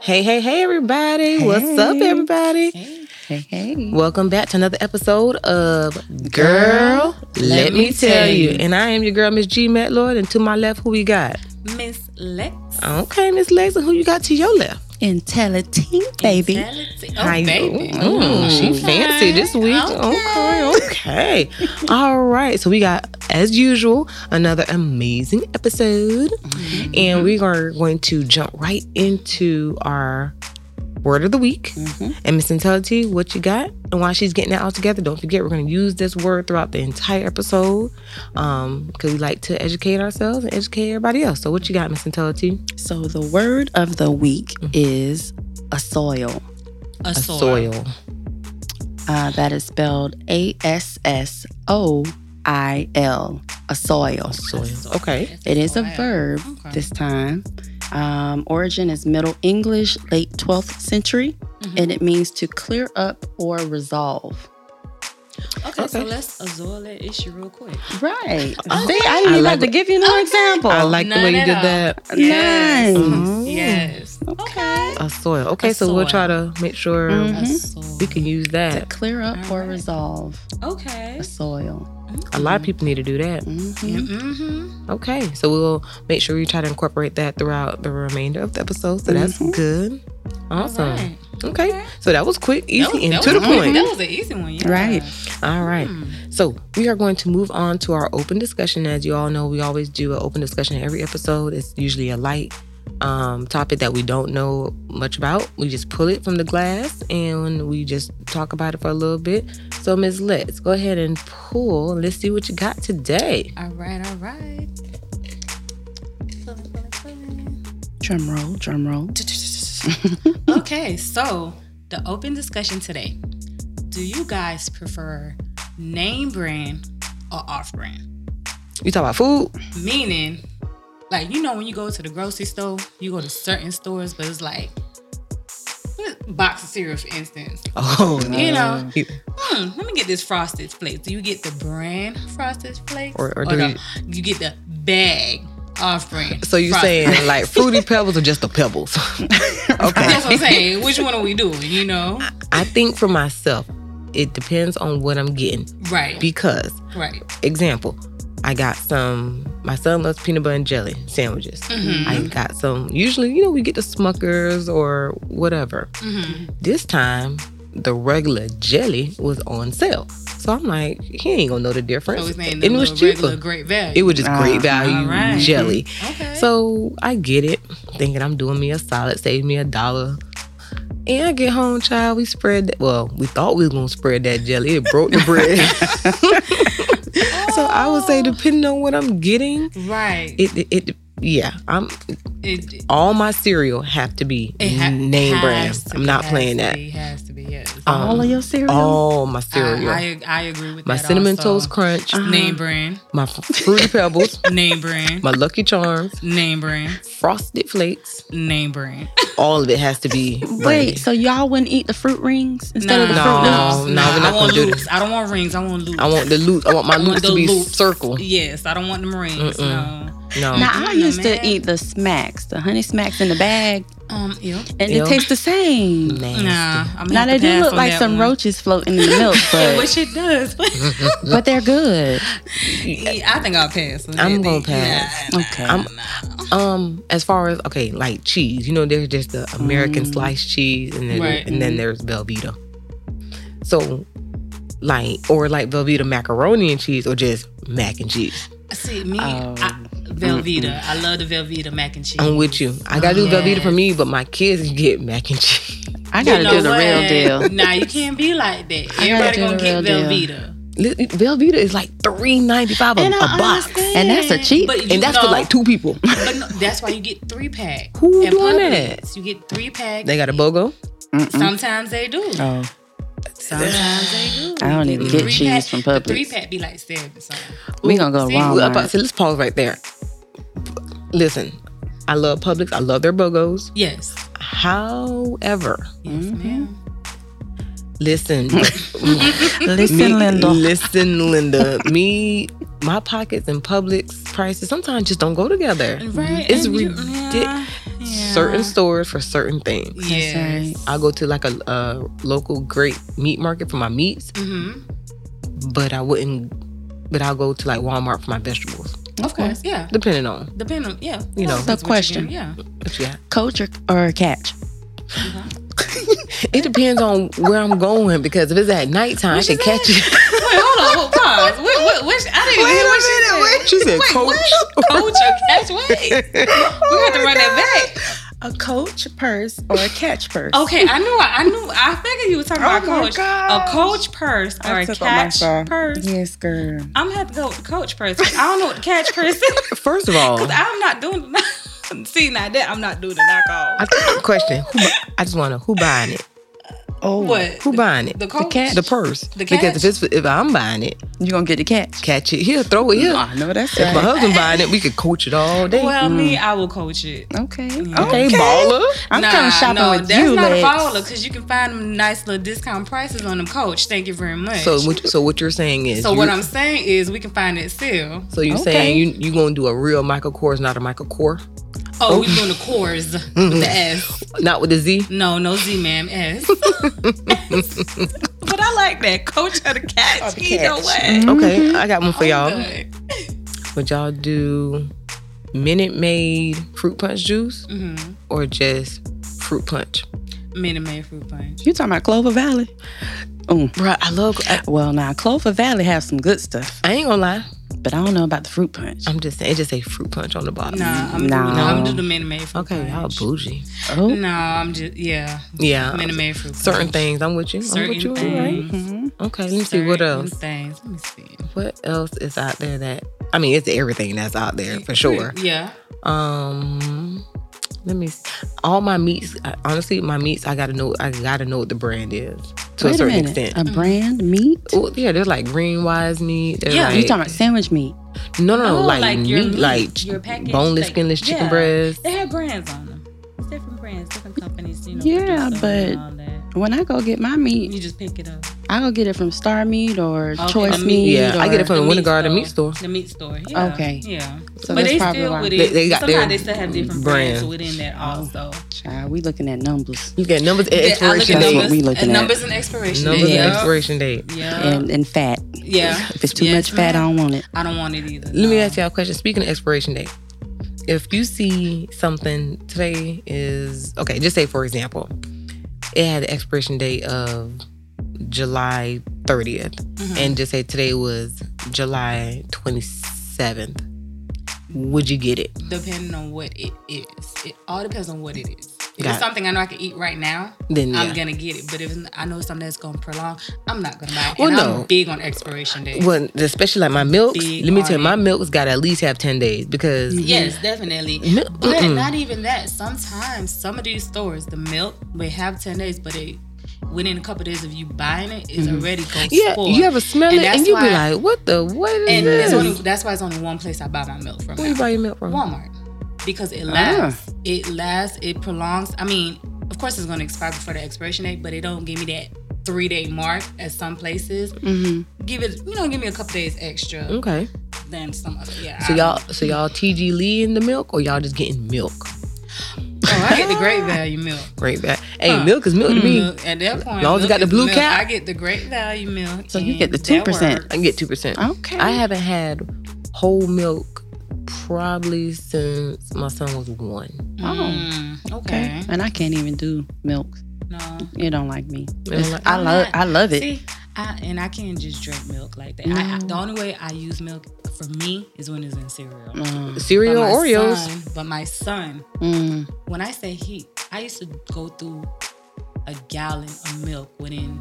Hey, hey, hey, everybody. What's up, Hey. everybody? Hey, hey. Welcome back to another episode of Girl, Let Me Tell You. And I am your girl, Miss G Metlord. And to my left, who we got? Miss Lex. Okay, Miss Lazy, who you got to your left? Intelligent, baby. Reality. Oh, Hi, baby. ooh, ooh, Mm, she fancy this week. Okay, okay. All right. So we got, as usual, another amazing episode. And we are going to jump right into our word of the week. Mm-hmm. And Miss Intelligent, what you got? And while she's getting that all together, don't forget we're going to use this word throughout the entire episode because we like to educate ourselves and educate everybody else. So what you got, Miss Intelligent? So the word of the week Mm-hmm. is a soil. A soil. Uh, that is spelled A S S O I L. A soil. Soil. Okay. It is a verb Okay. this time. Um, origin is Middle English, late 12th century, Mhm. and it means to clear up or resolve. Okay, Okay. so let's azor that issue real quick. Right. See, Oh, I I didn't even like have to give you no example. I like the None way you at did all. that. Yes. Mm-hmm. Nice. Mhm. Yes. Okay. A soil. Okay, A so we'll try to soil. Mm-hmm. make sure Mm. A Mhm. soil. we can use To that. clear up All or right. resolve Okay. a soil. A lot of people need to do that. Mhm. Mm-hmm. Okay, so we'll make sure we try to incorporate that throughout the remainder of the episode. So that's Mm-hmm. Mhm. good. Awesome. Okay, so that was quick, easy, That was- and that to the was quick. point. That was an easy one. Yeah. Right. All right. Mm. So we are going to move on to our open discussion. As you all know, we always do an open discussion in every episode. It's usually a light um, topic that we don't know much about. We just pull it from the glass and we just talk about it for a little bit. So Ms. Let's go ahead and pull. Let's see what you got today. All right. All right. Feeling, feeling, feeling. Drum roll, drum roll. okay, so the open discussion today. Do you guys prefer name brand or off brand? You talk about food? Meaning, like, you know, when you go to the grocery store, you go to certain stores, but it's like, box of cereal, for instance. Oh, You know, you- hmm, let me get this frosted flakes. Do you get the brand frosted flakes? Or- or do the- you get the bag off brand? so you Frosted Flakes? saying like fruity pebbles or just the pebbles? okay. That's what I'm saying. Which one are we doing? You know? I think for myself, it depends on what I'm getting Right. because right. example i got some my son loves peanut butter and jelly sandwiches Mhm. i got some usually you know we get the smuckers or whatever Mhm. this time the regular jelly was on sale so i'm like he ain't gonna know the difference So it's named and the it was little regular cheaper great value. it was just great Ah, value alright. jelly Okay. so I get it, thinking I'm doing me a solid, save me a dollar. And I get home, child. We spread that. Well, we thought we was gonna spread that jelly. It broke the bread. so I would Oh. say, depending on what I'm getting, right. It, it, it, it yeah. I'm it, all my cereal have to be ha- name has brand. to I'm be, not has playing to that. Be, has to be yes. Um, All of your cereal? All my I, cereal. I, I agree with my that. cinnamon also. toast crunch. Uh-huh. Name brand. My fruity pebbles. Name brand. my Lucky Charms. name brand. Frosted Flakes. Name brand. All of it has to be. branded. Wait, so y'all wouldn't eat the fruit rings instead of the No. fruit loops? no, we're not I want gonna do loops. I don't want rings. I want loops. I want the loot. I want my I want loops the to be loops. circle. Yes, I don't want them rings. No. No. Now I Mm, used man. to eat the smacks, the honey smacks in the bag, Um. Ew. and Ew. it tastes the same. Nasty. Nah. I'm Now they do look like some one. roaches floating in the milk, Yeah, but which it does. Mm-hmm. but they're good. Yeah, I think I'll pass. on I'm that. gonna pass. Nah, nah, Okay. nah. Um, as far as okay, like cheese, you know, there's just the American Mm. sliced cheese, and then Right. Mm-hmm. and then there's Velveeta. So, like, or like Velveeta macaroni and cheese, or just mac and cheese. See me, Oh. I, Velveeta. I love the Velveeta mac and cheese. I'm with you. I gotta do Oh, Yes. Velveeta for me, but my kids get mac and cheese. I You gotta know do the what? real deal. Nah, you can't be like that. I gotta Everybody do gonna the get real deal. Velveeta. Li- Velveeta is like three ninety five a And a I box, And that's a cheap- But you and that's know, for like two people. But no, that's why you get three pack. Who At doing Publix, that? You get three pack. They got a bogo. Sometimes they do. Oh, Sometimes they do. I don't even get Mm. Three cheese pack- from the Three Publix. pack be like seven. something. we gonna go to See, I'm Ooh, I'm about to Walmart. say, let's pause right there. Listen, I love Publix. I love their bogos. Yes. However, Yes, Mm-hmm. ma'am. listen, Listen, me- Linda. Listen, Linda. me, my pockets and Publix prices sometimes just don't go together. Right. Mm-hmm. It's and you- ridiculous. certain stores for certain things. Yes. That's I go to like a, a local great meat market for my meats, Mm-hmm. but I wouldn't. But I'll go to like Walmart for my vegetables, Of course. Yeah. depending on Depending on yeah. You know. that's So what question. you're getting, Yeah. what you got. Coach or, or catch? It depends on where I'm going because if it's at nighttime, I can catch it. Wait, hold on. Hold, pause. Wait, what, which, I didn't even hear what She she said. said, Wait, "Coach." what? Coach or catch? Wait. We have to run that back. A coach purse or a catch purse? Okay, I knew. I, I knew. I figured you were talking Oh about my coach. gosh. A coach purse or I a took on my catch phone. purse. Yes, girl. I'm gonna have to go with the coach purse. I don't know what the catch purse is. First of all, I, I'm not doing the see now that I'm not doing the knockoff. think- question. Who, bu- I just want to who buying it? Oh, What Who buying it? the coach? catch? The purse. The because if catch? it's if I'm buying it, You gonna get the catch? catch it here, throw it here. I know Ah, that's If my right. husband buying it, we could coach it all day. Mm-hmm. Well, me, I will coach it. Okay. okay, baller. I'm nah, coming shopping no, with that's you, not a Lex. baller because you can find them nice little discount prices on them coach. Thank you very much. Mm. So what, so what you're saying is So you- what I'm saying is we can find it still. so you're Okay. saying you you gonna do a real Michael Kors, not a Michael Kors, Oh, we doing the cores Mm-hmm. with the S. not with a Z. No, no Z, ma'am. S. but I like that coach of the catch. the Either catch. way, Okay, I got one for Mm-hmm. y'all. Mm-hmm. Good. Would y'all do Minute Maid fruit punch juice Mhm. or just fruit punch? Minute Maid fruit punch. You talking about Clover Valley? Bruh, I love. I, Well, now Clover Valley have some good stuff, I ain't gonna lie. but I don't know about the fruit punch. I'm just saying. It just say fruit punch on the bottom. Nah, I'm No. doing, I'm doing the Minute Maid fruit Okay, punch. y'all bougie. Oh, No, I'm just yeah. Yeah. Minute Maid fruit. Certain punch. things. I'm with you. I'm Certain with you. all things. right. Mhm. Okay, let me see what Certain else. Things. Let me see. What else is out there that I mean, it's everything that's out there for sure. Yeah. Um, let me. s- All my meats. I, honestly, my meats. I gotta know. I gotta know what the brand is to Wait a certain minute. extent. A brand meat? Oh yeah, there's like green wise meat. There's Yeah, like, You talking about sandwich meat? no, no, no, Oh, like, like meat, your meat, like your package, boneless, like- skinless chicken yeah. breast. They have brands on them. It's different brands, different companies. You know. Yeah, produce them but- and all that. When I go get my meat, you just pick it up. I go get it from Star Meat or Okay, Choice the Meat. meat. Yeah, I get it or- from the meat Winter Garden meat store. The meat store. Yeah. Okay. Yeah. So but that's they probably still why. with They- it. they got Sometimes their Mm-hmm. they still have different brands, brands. within that also. Child, we looking at numbers You get numbers and Yeah, I look expiration at That's date. what we numbers, looking uh, at. numbers and expiration. Numbers date. and Yeah. expiration date. Yeah. and, and fat. Yeah. If it's too Yes, much fat, I don't want it. I don't want it either. Let me no. ask y'all a question. Speaking of expiration date, if you see something today is okay, just say for example, it had an expiration date of July 30th, Mhm. and just say today was July 27th. Would you get it? depending on what it is. It all depends on what it is. If Got it. it's something I know I can eat right now, Then yeah. I'm gonna get it. But if I know it's something that's gonna prolong, I'm not gonna buy it. Well, and no. I'm big on expiration days. well, especially like my milks. Big Let me tell you, on my it. milks got to at least have 10 days because Yes, definitely. Milk- But mm-mm. not even that. Sometimes some of these stores, the milk may have ten days, but it within a couple of days of you buying it, it's already going Mm-hmm. yeah, spoil. you ever smell And it and that's you be why- like, what the what is and this? that's, only, that's why it's only one place I buy my milk from. Where you now. buy your milk from? Walmart because Ah. it lasts. It lasts. It prolongs. I mean, of course, it's going to expire before the expiration date, but it don't give me that three day mark at some places. Mm-hmm. Give it, you know, give me a couple days extra Okay. than some other. Yeah. Mm. So I- y'all, so y'all TG Lee in the milk, or y'all just getting milk? Oh, I get the great value milk. Great back. Hey, Huh. milk is milk to me. Milk, at that point, long as it milk got the is blue milk. cap. I get the great value milk. So you and get the that 2%. Mm-hmm. I can get two percent. Okay. I haven't had whole milk probably since my son was one. works. Oh. Mm, okay. okay. And I can't even do milk. No. It don't like me. don't It's- like- I love. I love it. See, I, and I can't just drink milk like that. I, I, the only way I use milk for me is when it's in cereal. Mm, But Cereal my Oreos. son- but my son, mm. when I say he, I used to go through a gallon of milk within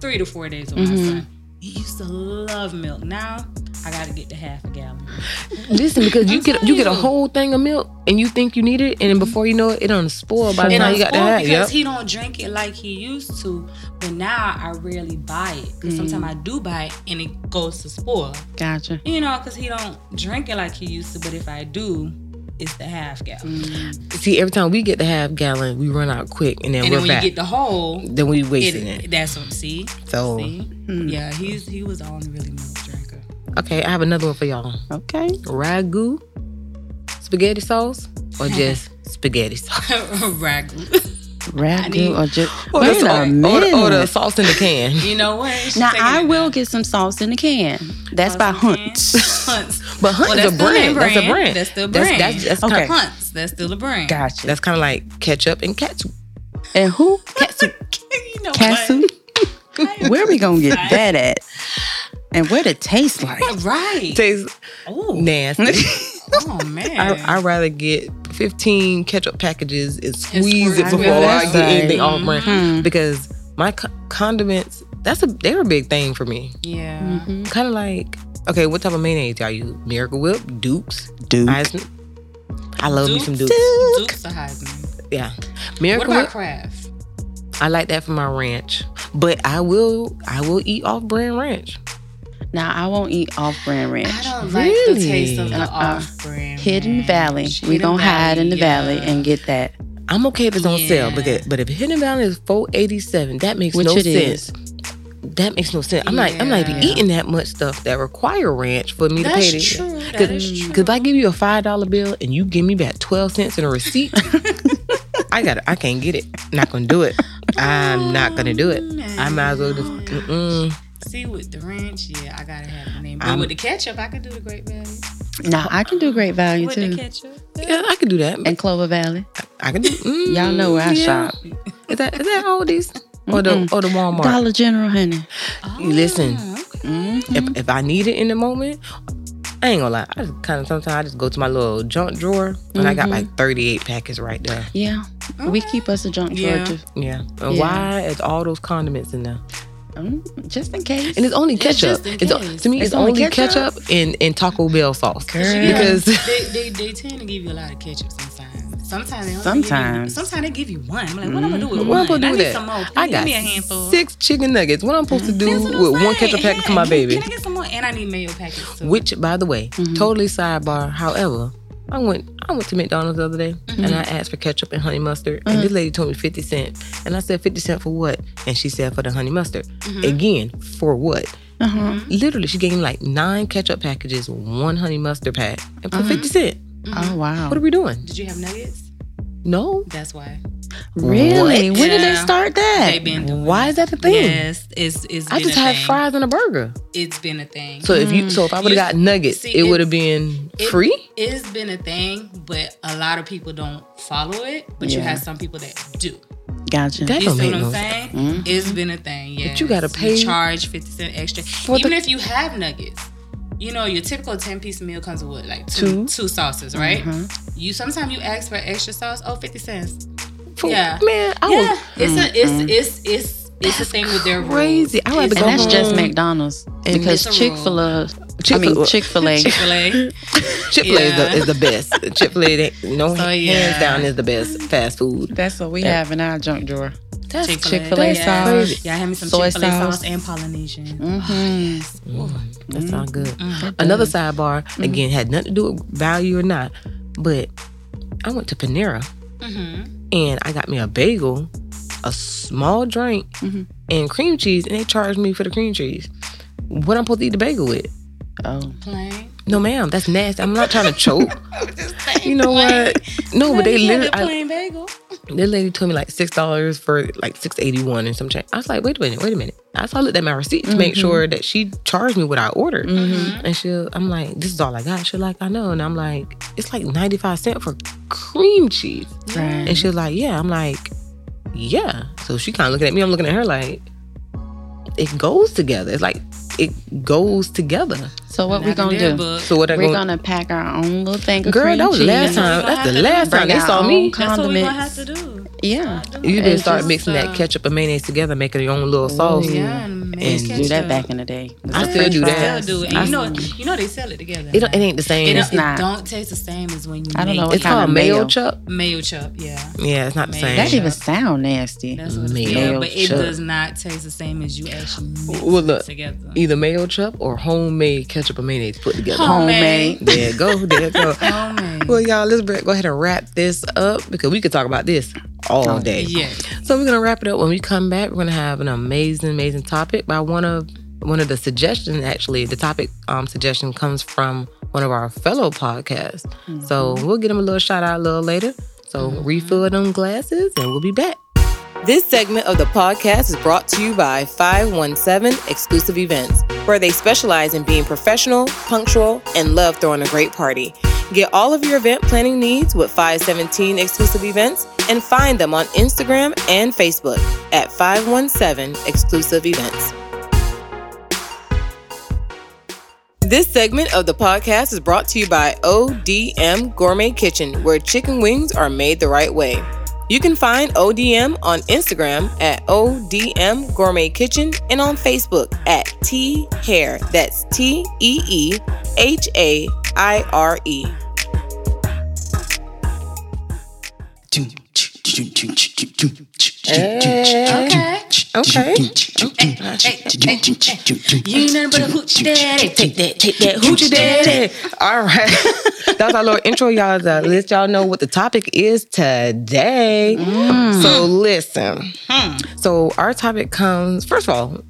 three to four days with my Mm-hmm. Mhm. son. He used to love milk. Now I got to get to half a gallon. Listen, because you I'm get you get a telling you. whole thing of milk and you think you need it, and then before you know it, it done spoiled by the And time I'm you got spoiled to have. because Yep. he don't drink it like he used to. But now I rarely buy it because sometimes Mm. I do buy it and it goes to spoil. Gotcha. You know, because he don't drink it like he used to. But if I do, it's the half gallon. Mm. See, every time we get the half gallon, we run out quick, and then And we're then when back. you get the whole, then we wasting it. it, that's what see. So See? Yeah, he's he was the only really milk drinker. okay, I have another one for y'all. Okay. ragu, spaghetti sauce, or just spaghetti sauce. Ragu. I need- Ragu or just Or wait the, a or- or, minute. the- or the sauce in the can. You know what? She's now taking I it will back. get some sauce in the can. That's by Sauce and Hunt. cans. Hunts. But Hunt's Well, that's a still brand. That's a brand. That's still a That's- brand. that's- that's But okay. Hunts. That's still a brand. Gotcha. That's kind of like ketchup and katsu. and who? Katsu. you know Katsu. what? Where we gonna get that at? And what it tastes like? Right. Tastes Oh, nasty. oh man. I, I'd rather get 15 ketchup packages and squeeze it squeeze it before I out. get anything off brand Mm-hmm. Mhm. because my co- condiments that's a they're a big thing for me. yeah. Mhm. Kind of like okay, what type of mayonnaise y'all use? Miracle Whip, Dukes, Duke. Eisen- I love me some Dukes. Duke's a Heisman. Yeah, What Miracle about Whip. Kraft? I like that for my ranch, but I will I will eat off brand ranch. Now I won't eat off-brand I ranch. don't like the taste of the Uh-uh. off-brand. Hidden ranch. Valley. we Hidden gonna hide in the yeah. valley and get that, I'm okay if it's on sale, Yeah. because but if Hidden Valley is 487, that makes which no it sense. is. that makes no sense. I'm not I'm not even Yeah. eating that much stuff that require ranch for me to That's pay. to- true. That is true. Cause if I give you a five dollar bill and you give me back twelve cents in a receipt, I got I can't get it. Not gonna do it. I'm not gonna do it. I might as well just. Oh, Mm-mm. See with the ranch, yeah, I gotta have the name. But I'm- with the ketchup, I can do the Great Valley. Now I can do Great Value With the too, ketchup, Yeah, I could do that. and Clover Valley. I could do. Mm, Y'all know where I yeah. shop. Is that is that Aldi's or the Mm-mm. or the Walmart? Dollar General, honey. Oh, Listen. Mm, okay. Mhm. If, if I need it in the moment, I ain't gonna lie. I just kind of sometimes I just go to my little junk drawer and I got Mhm. like 38 packets right there. Yeah, we keep us a junk drawer Yeah. too. Oh. Yeah. And Yeah. why is all those condiments in there? Mm, just in case. And it's only It's ketchup. just in It's o- case. to me, it's, It's only only ketchup, ketchup? and, and Taco Bell sauce. Yeah. Because they, they, they tend to give you a lot of ketchup sometimes. Sometimes they only Sometimes. Give you, sometimes they give you one. I'm like, what am I gonna do with Mm-hmm. what I'm one? supposed I to do need with some more. that? Can I you got give me a handful. six chicken nuggets. What I'm supposed to do That's what I'm with one saying. ketchup packet for Yeah. my Can- baby? Can I get some more? And I need mayo packets too. Which, by the way, totally sidebar. However, I went I went to McDonald's the other day and I asked for ketchup and honey mustard, and this lady told me fifty cent, and I said fifty cent for what? And she said for the honey mustard. Again, for what? Uh-huh. Literally, she gave me like nine ketchup packages, one honey mustard pack, and for fifty cent. Oh wow. Mm-hmm. What are we doing? Did you have nuggets? No, That's why Really? When did they Yeah. start that? they've been doing. Why is that a thing? Yes, it's it's I been just a had thing. fries and a burger. It's been a thing. So if you, so if I would You- have got nuggets, see, it it- would have been it- free. it's been a thing, but a lot of people don't follow it. But you Yeah. have some people that do. Gotcha. Mm. That You don't see make what no I'm sense. saying? It's been a thing. Yeah, Mm-hmm. you gotta pay- charge fifty cent extra, For even the- if you have nuggets. You know, your typical ten piece meal comes with like two two Two. Mm-hmm. sauces, right? You sometimes you ask for extra sauce. Oh, 50 cents. For- Yeah. man, I yeah, was it's a it's it's it's it's a thing with their rules. crazy. I would have to It's- and go that's just home. McDonald's because It's a Chick Fil A. I mean Chick Fil A. Chick-fil-A. Chick Fil A is Yeah. the- is the best. Chick Fil A, no So, yeah. hands down, is the best fast food. That's what we have in our junk drawer. That's Chick-fil-A yeah. sauce, Yeah, have me some soy Chick-fil-A sauce sauce. and Polynesian. Mm-hmm. That Mm-hmm. sounds good. Another sidebar again had nothing to do with value or not, but I went to Panera Mm-hmm. and I got me a bagel, a small drink, Mm-hmm. and cream cheese, and they charged me for the cream cheese. What I'm supposed to eat the bagel with? Oh, Plain. No, ma'am, that's nasty. I'm not trying to choke. You know what? No, but they You had literally. a I- plain bagel. This lady told me like six dollars for like six eighty one and some change. I was like, wait a minute, wait a minute. I saw I looked at my receipt to Mm-hmm. make sure that she charged me what I mm-hmm. ordered. And she, I'm like, this is all I got. She's like, I know. And I'm like, it's like ninety five cent for cream cheese. right. And she's like, yeah. I'm like, yeah. So she kind of looking at me. I'm looking at her like, it goes together. It's like it goes together. So what we Not gonna in their do? book. So what I We're go? gonna pack our own little thing. Of Girl, cream that was cheese. last time. Gonna That's have the to last bring time they our saw own me. That's what we're gonna have condiments. to do. Yeah, You better start And just, uh, Oh, mixing that ketchup and mayonnaise together, making your own little sauce. Ooh. Yeah, and make And used to ketchup. do that back in the day. With I the still french do Still that. fries. do it. I- And you know, you know they sell it together. It, don't, it ain't the same. It It's, don't, it not. don't taste the same as when you I don't know make what it. kind called of mayo mayo. chup. mayo chop. Yeah, Yeah, it's not the Mayo. same. That Mayo. even sound nasty. that's what it's Mayo called. But it chup. does not taste the same as you actually mix Well, look, it together. Either mayo chup or homemade ketchup and mayonnaise put together. Homemade. There it go. There it go. Homemade. Well, y'all, let's br- go ahead and wrap this up because we could talk about this Oh, all day. yeah. So we're gonna wrap it up. When we come back, we're gonna have an amazing, amazing topic by one of one of the suggestions. Actually, the topic um, suggestion comes from one of our fellow podcasts. So we'll get him a little shout out a little later. So So refill them glasses and we'll be back. This segment of the podcast is brought to you by 517 Exclusive Events, where they specialize in being professional, punctual, and love throwing a great party. Get all of your event planning needs with 517 Exclusive Events and find them on Instagram and Facebook at 517 Exclusive Events. This segment of the podcast is brought to you by ODM Gourmet Kitchen, where chicken wings are made the right way. You can find ODM on Instagram at ODM Gourmet Kitchen and on Facebook at T Hair. That's T E E H A I R E. Okay. Okay. Hey, hey, hey, hey. You ain't nothing but a hoochie daddy. Take that, take that hoochie daddy. All right. That's our little intro, y'all. To let y'all know what the topic is today. Mm. So, listen. Hmm. So, our topic comes first of all,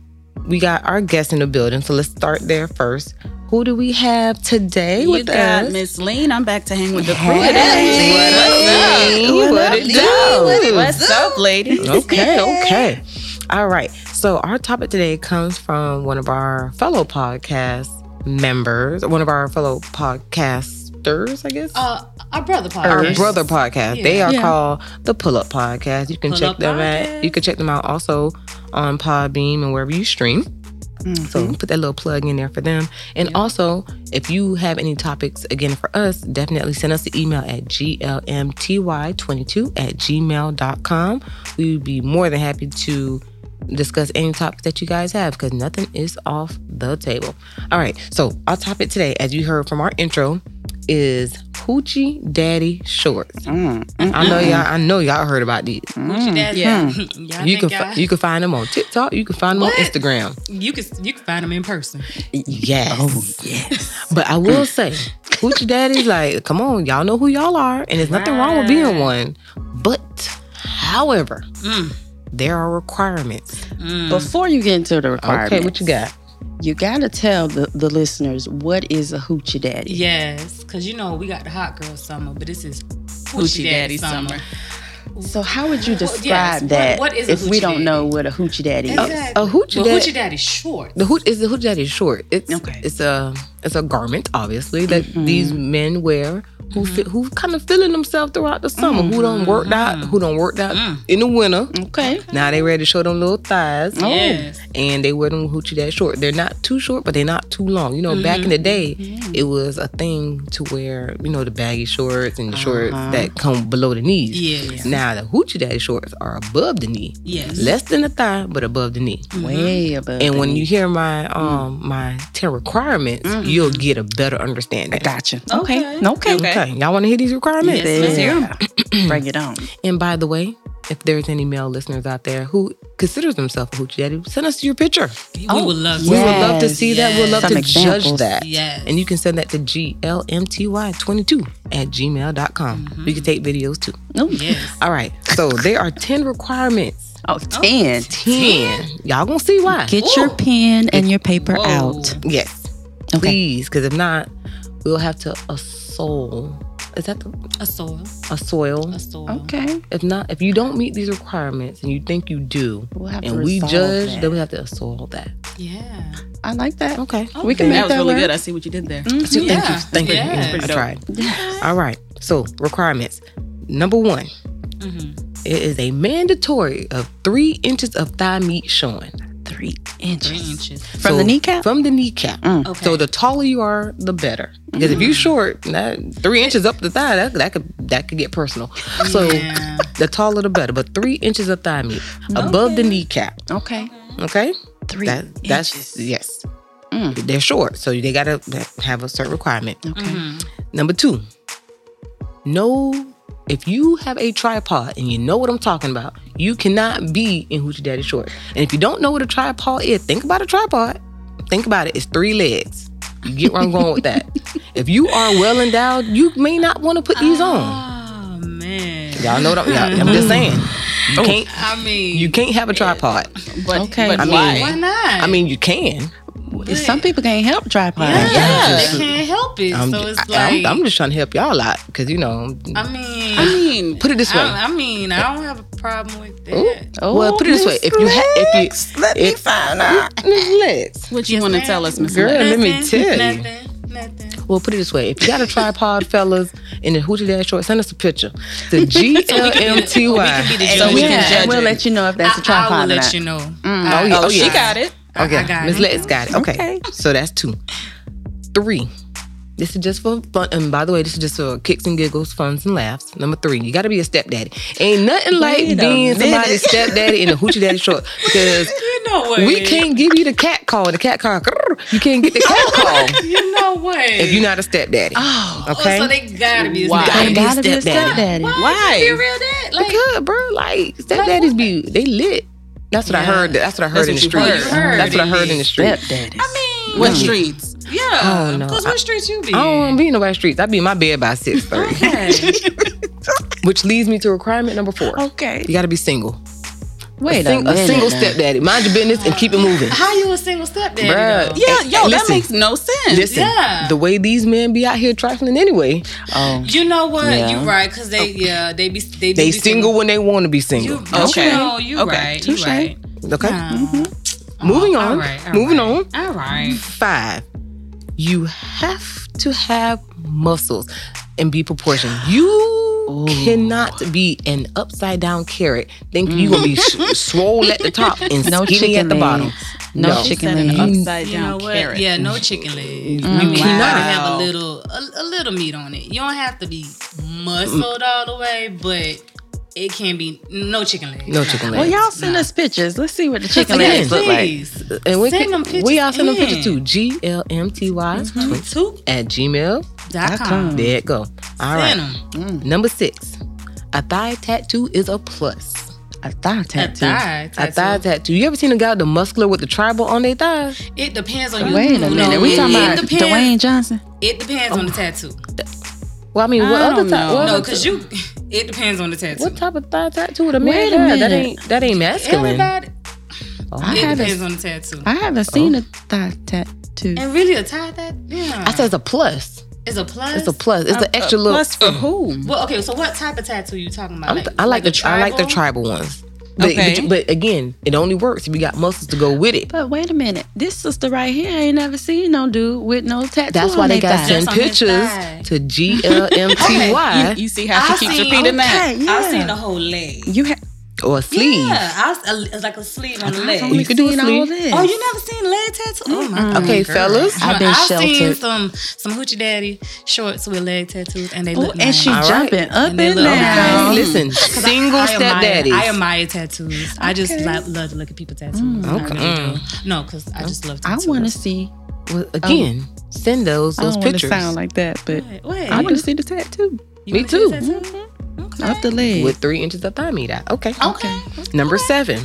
we got our guest in the building. So, let's start there first. Who do we have today You with got us? Miss Lean. I'm back to hang with the crew. Hey, What, what up, it ladies? do? What's up, ladies? Okay, okay. All right. So our topic today comes from one of our fellow podcast members, one of our fellow podcasters, I guess. Uh, our brother podcast. our brother podcast. They are Oh, Yeah. called the Pull Up Podcast. You can Pull check Up them Podcast. at. You can check them out also on Podbeam and wherever you stream. Mm-hmm. So put that little plug in there for them. And also, if you have any topics again for us, definitely send us an email at glmty22 at gmail.com. We would be more than happy to discuss any topics that you guys have because nothing is off the table. All right. So our topic today, as you heard from our intro, is Hoochie Daddy Shorts. Mm, I know y'all, I know y'all heard about these. Hoochie Mm. daddy. Yeah. Y'all You can think fi- y'all- you can find them on TikTok, you can find them What? on Instagram. you can you can find them in person. Yes. But I will say, Hoochie Daddy's like, come on, y'all know who y'all are, and there's nothing wrong with being one. But, however, Mm. there are requirements. Mm. Before you get into the requirements, Okay, what you got? You gotta tell the, the listeners what is a hoochie daddy. Yes, because you know we got the hot girl summer, but this is Hoochie Daddy Summer. So how would you Well, yes, describe that what- what is a if we hoochie don't daddy? know what a hoochie daddy is? Exactly. A Oh, hoochie Well, daddy. hoochie daddy short. The hoot is the hoochie daddy short. It's Okay. it's a it's a garment, obviously, that Mm-hmm. these men wear who fit, who kind of feeling themselves throughout the summer, who don't Mm-hmm. work out, who don't work out Mm. in the winter. Okay. Now they ready to show them little thighs. Yes. and they wear them hoochie that short. They're not too short, but they're not too long. You know, back in the day, it was a thing to wear, you know, the baggy shorts and the shorts that come below the knees. Yes. Now the hoochie daddy shorts are above the knee. Yes. Less than the thigh, but above the knee. Way above. And the when knee. you hear my um my ten requirements, you'll get a better understanding. gotcha. Okay. Okay. Okay, y'all want to hear these requirements? Let's hear 'em. Yeah. Bring it on. And by the way, if there's any male listeners out there who considers themselves a hoochie daddy, send us your picture. We Oh, would love We to. yeah. would love to see that. We'd love Some to examples. judge that. Yes. And you can send that to glmty22 at gmail.com. We can take videos too. Ooh. Yes. All right. So there are 10 requirements. Oh, 10. 10. Y'all gonna see why. Get your pen and your paper Whoa. out. yes. Okay. Please, because if not, we'll have to assoil. Is that the A soil. assoil? A soil. Okay. If not, if you don't meet these requirements and you think you do, We'll have to and we resolve judge, that. then we have to assoil that. Yeah. I like that. Okay. We can That make was that really work. good. I see what you did there. So Thank you. Yeah. Thank you. Yeah. I Pretty dope. tried. All right. So requirements. Number one, it is a mandatory of three inches of thigh meat showing Three inches. Three inches. From the So, kneecap? Mm. from the kneecap. Okay. So the taller you are, the better. Because if you're short, that three inches up the thigh, that, that could that could get personal. So Yeah. the taller the better. But three inches of thigh meat above the kneecap. okay. Okay, Three that that's inches. yes. Mm. They're short, so they gotta have a certain requirement. Okay. Number two, no, if you have a tripod and you know what I'm talking about, you cannot be in Hoochie Daddy shorts. And if you don't know what a tripod is, think about a tripod. Think about it. It's three legs. You get where I'm going with that. If you are well endowed, you may not want to put these Ah. on. Oh man. Y'all know what I'm, y'all, I'm just saying. You Oh. can't. I mean. You can't have a tripod. But, Okay. but I mean- why? Why not? I mean, you can. But- Some people can't help dry pie. Yeah. Yeah. They can't help it. I'm, so it's I- like. I'm- I'm just trying to help y'all out because you know I mean. I mean, mean, Put it this way. I, I mean, I don't have a problem with that. Oh, well, put it this way: if you ha- if you let me find out. let's what you Yes, want to ma'am. tell us, Miss Girl. Lex? let me Nothing, tell you. Nothing. Nothing. well put it this way: if you got a tripod, fellas, in the hoochie dad short, send us a picture. The G L M T Y. we can be the So So we we can yeah, judge and we'll it. let you know if that's a I, tripod I will or let not. you know. Oh, yeah. Oh, Oh, she yeah. got it. I Okay, got Miss it. Let's got it. Okay. Okay. so that's two. Three. This is just for fun. And by the way, this is just for kicks and giggles, funs and laughs. Number three, you got to be a stepdaddy. Ain't nothing like Wait a being somebody's minute. stepdaddy in a hoochie daddy short because You know what? we can't give you the cat call. The cat call, grrr, you can't get the cat call You know what? if you're not a stepdaddy. Oh, Okay. Oh, so they gotta be. Wow. Gotta I be gotta be a stepdaddy. stepdaddy. Why? Why? Be real that. Like, Because, bro, like stepdaddies be they lit. That's what I Yeah. heard. That's what I heard That's in the what you heard. streets. You heard That's what I it heard in the is. streets. Stepdaddy. I mean, what streets? yeah. Oh, no. Cause what streets you be? I don't want to be in nobody's streets. I be in my bed by six thirty. Okay. Which leads me to requirement number four. Okay. You got to be single. Oh. Wait Sing- a, a, minute single now. stepdaddy. Mind your business and keep it moving. How you a single stepdaddy? Bruh. though? Yeah, yo, that listen. makes no sense. Listen, Yeah. the way these men be out here trifling anyway, Oh, You know what? Yeah. You right? Cause they, yeah, they be they, do they be single when they want to be You, single. Okay. okay. You know, you Okay. right. You Touche. right. okay, Uh, Mm-hmm. moving all on. right, all moving right. on. All right. Five. You have to have muscles and be proportioned. You cannot be an upside down carrot thinking you gonna be s- swole at the top and no skinny chicken at the bottom. legs. No, No. chicken Said an legs. upside You know down what? carrot. Yeah, no chicken legs. Mm, You mean wow. you gotta have a little a, a little meat on it. You don't have to be muscled all the way, but it can be no chicken legs. No chicken Well, legs. y'all send us pictures. Let's see what the chicken Again, legs look like. Please. And we, Send can, them pictures we all send them in. pictures too. G L M T Y Mm-hmm. Toop.com. at gmail. com. There it go. All right. Send 'em. Number six, a thigh tattoo is a plus. A thigh A tattoo. thigh A thigh tattoo. tattoo. You ever seen a guy with the muscular with the tribal on their thighs? It depends on you. Wait a No, minute. we it- talking it about depends- Dwayne Johnson? It depends on the tattoo. Well, I mean, I what don't other know. thigh? Oh, What, No, other- because you. It depends on the tattoo. what type of thigh tattoo would a man Wait a have? That minute. ain't that ain't masculine. Everybody. I It depends haven't. on the tattoo. I haven't seen a thigh tattoo. And really, a tie that yeah, I said it's a plus. it's a plus. It's a plus. It's an extra little. Plus for who? Well, okay. So what type of tattoo you talking about? I'm th- I like a the I like the tribal tribal? ones. But, Okay. but, but again, it only works if you got muscles to go with it. But wait a minute, this sister right here ain't never seen no dude with no tattoo. That's on why they their got to thigh. send That's on his pictures thigh. to GLMTY You, you see how I she keeps see. repeating that? Okay, yeah. I've seen the whole leg. You have or sleeve. Yeah, I was, a- it's like a sleeve on the leg. only you could do a seen sleeve. all this. Oh, you never seen leg tattoo? Oh my god. Okay, fellas. I've been I've seen sheltered. some some hoochie daddy shorts with leg tattoos, and they Ooh, look and nice. she All right. jumping up And and, they look down. Okay, Um, listen, single I step daddies. I admire tattoos. I just love, love to look at people's tattoos. I okay. really do. No, because I just love I tattoos. want to see. Well, again, send those I those don't want to pictures sound like that, but Wait, wait. I want to see the tattoo You me wanna see too. the tattoo? up the leg. with three inches of thigh meat out. Okay. Okay. Number seven,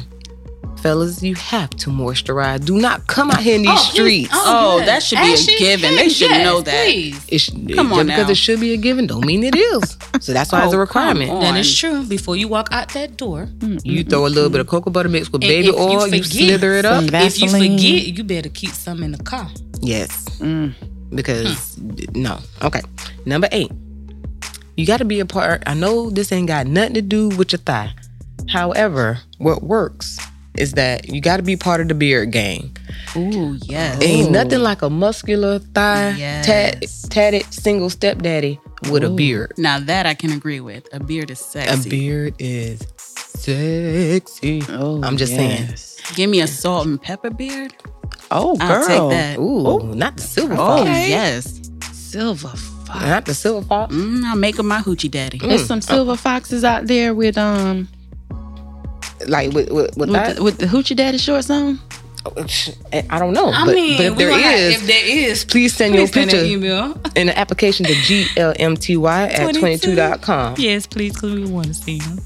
fellas, you have to moisturize. Do not come out here in these Oh, please. streets. Oh, yeah. that should be a given. They should yes, know that. Please. It sh- Come on just because now. it should be a given, don't mean it is. So that's why it's a Oh, requirement. come on. That is true. Before you walk out that door, You throw a little bit of cocoa butter mixed with And baby if you oil, you, forget- slither it up. Some if you Vaseline. forget, you better keep some in the car. Yes. Mm. Because Hmm. no. Okay. Number eight. You gotta be a part. I know this ain't got nothing to do with your thigh. However, what works is that you gotta be part of the beard gang. Ooh, yes. Ain't Ooh. nothing like a muscular thigh tat, Yes. tatted single stepdaddy with a beard. Now that I can agree with. A beard is A sexy. beard is sexy. Oh, I'm just yes. Give me a salt and pepper beard. Oh, girl. I'll take that. Ooh, not the silver Oh, fox. yes. Silver fox. Not the silver fox. Mm, I'll make him my hoochie daddy. There's some silver foxes out there with um Like with with, with, with that, uh, eh, the, with the hoochie daddy shorts on. I don't know. I but, mean, but if we there gonna have- is, if there is, please please send your send picture an email. in the application to glmty at 22. 22.com. Yes, please, because we want to see them.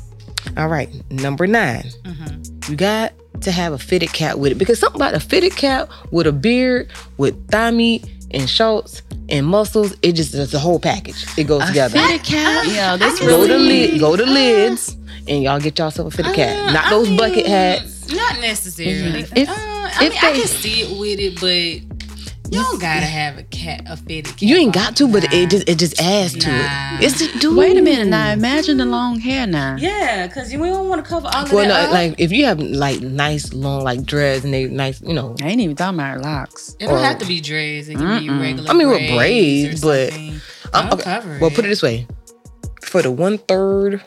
All right, number 9 Mm-hmm. You got to have a fitted cap with it because something about a fitted cap with a beard, with thigh meat and shorts and muscles, it just is the whole package. It goes together. Fitted cap. Yeah, this Go really. to lid, go to Uh. lids, and y'all get yourself a fitted cap. Not those bucket hats. Mm-hmm. Not necessarily. If- uh, I if mean, I they- can see it with it, but You don't gotta have a cat, a fitted cat. You ain't ball. got to, but it Nah. just it just adds to Nah. it. It's a dude. Wait a minute now. Imagine the long hair now. Yeah, because you we don't want to cover all of Well, that. no, up. like if you have like nice long like dreads and they nice, you know. I ain't even talking about her locks. it don't or- have to be dreads. It can be Mm-mm. regular. I mean, with braids, or but- something. I'm- Don't okay, cover Well, put it this way: for the one third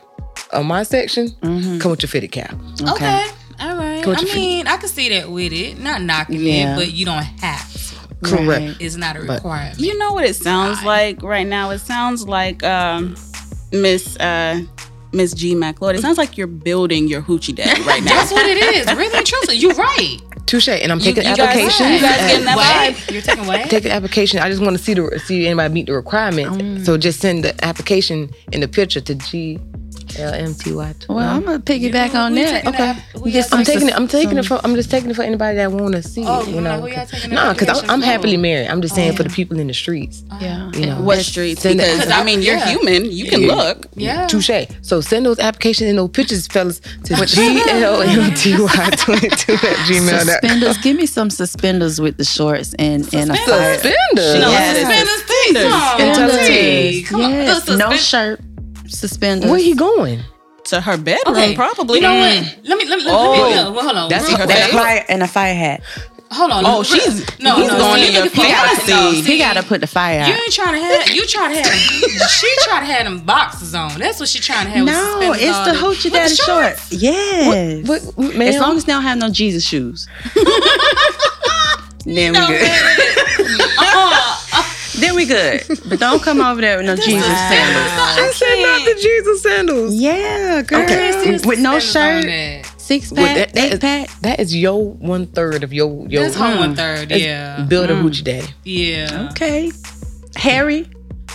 of my section, Mm-hmm. come with your fitted cap. Okay. All right. Go with I your feet. mean, I can see that with it. Not knocking Yeah. it, but you don't have to. Correct. It's not a But- requirement. You know what it sounds God. like right now? It sounds like um, Miss uh, Miss G McLeod. It sounds like you're building your hoochie daddy right now. That's what it is. Really and truthfully. You're right. Touche. And I'm taking you guys- applications. you guys getting Uh, that What? You're taking what? Take the application. I just want to see the see anybody meet the requirements. So just send the application in the picture to G L M T Y. Well, I'm gonna piggyback on We that. taking the- we Yes, got I'm Some- taking it. I'm taking some- it for. I'm just taking it for anybody that want to see Oh, it. you You know, know, who y'all taking nah, because I'm, I'm applications happily for? married. I'm just saying for the yeah. people in the streets. Yeah. You know. What streets? Send that- Because I mean, you're Yeah. human. You can Yeah. look. Yeah. Touche. So send those applications and those pictures, fellas, to glmty22 at gmail.com. Suspenders. Give me some suspenders with the shorts and and a fire. Suspenders. No, Yes. Suspenders, please, come on. Suspenders. Hey, Suspenders. Come on. Yes. Look, No suspen- shirt. Suspenders. Where he going? To her bedroom, Okay. probably. You know what? Let me let me let me Oh. well, hold on. That's Real her quick. bad. And a fire and a fire hat. Hold on. Oh, Re- she's- no, he's no, going see, in your look at the- no, fantasy. see, He gotta put the fire You out. ain't trying to have. You trying to have. she trying to have them boxes on. That's what she trying to have. with No, suspenders it's on the and- hoochie with daddy the shorts. Yes. What, ma'am? As long as they don't have no Jesus shoes. then we good. Uh-uh. Then we good. But don't come over there with no Jesus sandals. she said not the Jesus sandals. Yeah, girl. With no Suspenders on shirt, that. six Well, pack, that- that eight is- pack. That is your one third of your your Mm. That's home one third. That's Yeah. Mm. build a hoochie daddy. Yeah. Okay. Harry.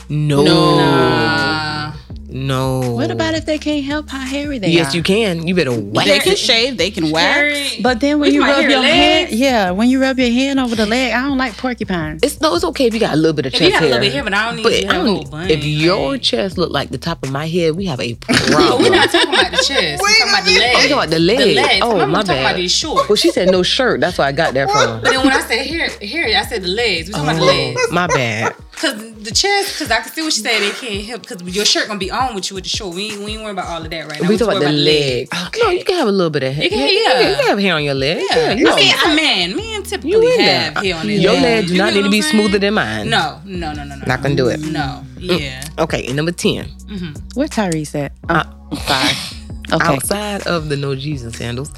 No, no. Nah. What about if they can't help how hairy they are? Yes, you can. You better whack They can it. shave. They can wax. Jerry, But then when We you might rub hear your hand, legs. yeah, when you rub your hand over the leg, I don't like porcupine. It's no. It's okay if you got a little bit of if chest you got a hair. little bit here, but I don't need But you to I have a whole don't, bunch. if your like- chest look like the top of my head, we have a but we're problem. not talking about the chest. We're talking about the I'm legs. talking about the leg. The legs. Oh, I'm my talking about bad. these shorts. Well, she said no shirt. That's where I got that from. But then when I said here, here, I said the legs. We're talking about the legs. Oh, my bad. Cause the chest, cause I can see what you say. They can't help. Cause your shirt gonna be on with you with the short. We ain't, we ain't worriing about all of that right now. we just talking about worry the leg. No, you can have a little bit of hair. You can- you, yeah. can, you can have hair on your leg. Yeah, Yeah, you I know. mean, I'm man. Men typically You in have there. hair on their Your legs. leg do You not get need what to be I'm smoother saying? than mine. No, no, no, no, no. Not gonna do it. No, yeah. Okay, and number 10, Mm-hmm. Where Tyrese at? Oh, sorry. Okay. outside of the no Jesus sandals,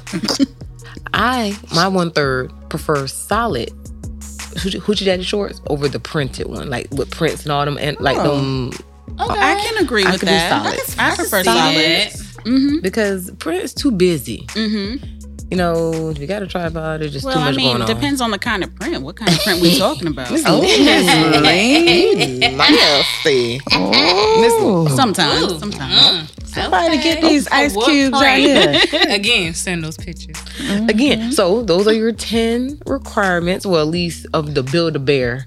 I, my one third, prefer solid hoochie, hoochie daddy shorts over the printed one, like with prints and all them, and like Oh. them, Okay. I can agree I with can do that. solid. I, prefer see solid. that. Oh. Mm-hmm. because print's too busy. Mm. Mm-hmm. You know, if you got a tripod, there's just Well, too I much mean, going on. depends on the kind of print. What kind of print we talking about? Oh, Lane. nasty. Oh. Sometimes. Ooh. Sometimes. Mm. Somebody Okay. get these ice What cubes out kind? here. Again, send those pictures. Again, so those are your 10 requirements, well, at least of the Build a Bear.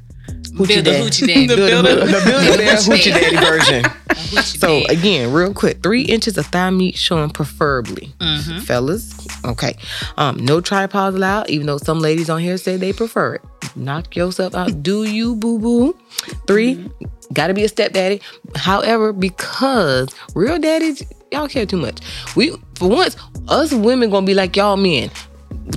Build a hoochie daddy. The Build a Bear Hoochie Daddy version. A hoochie So, daddy. again, real quick three inches of thigh meat showing, preferably. Mhm. Fellas, okay. Um, no tripods allowed, even though some ladies on here say they prefer it. Knock yourself out. Do you, boo boo? 3 gotta be a stepdaddy. However, because real daddies, y'all care too much. We, for once, us women gonna be like y'all men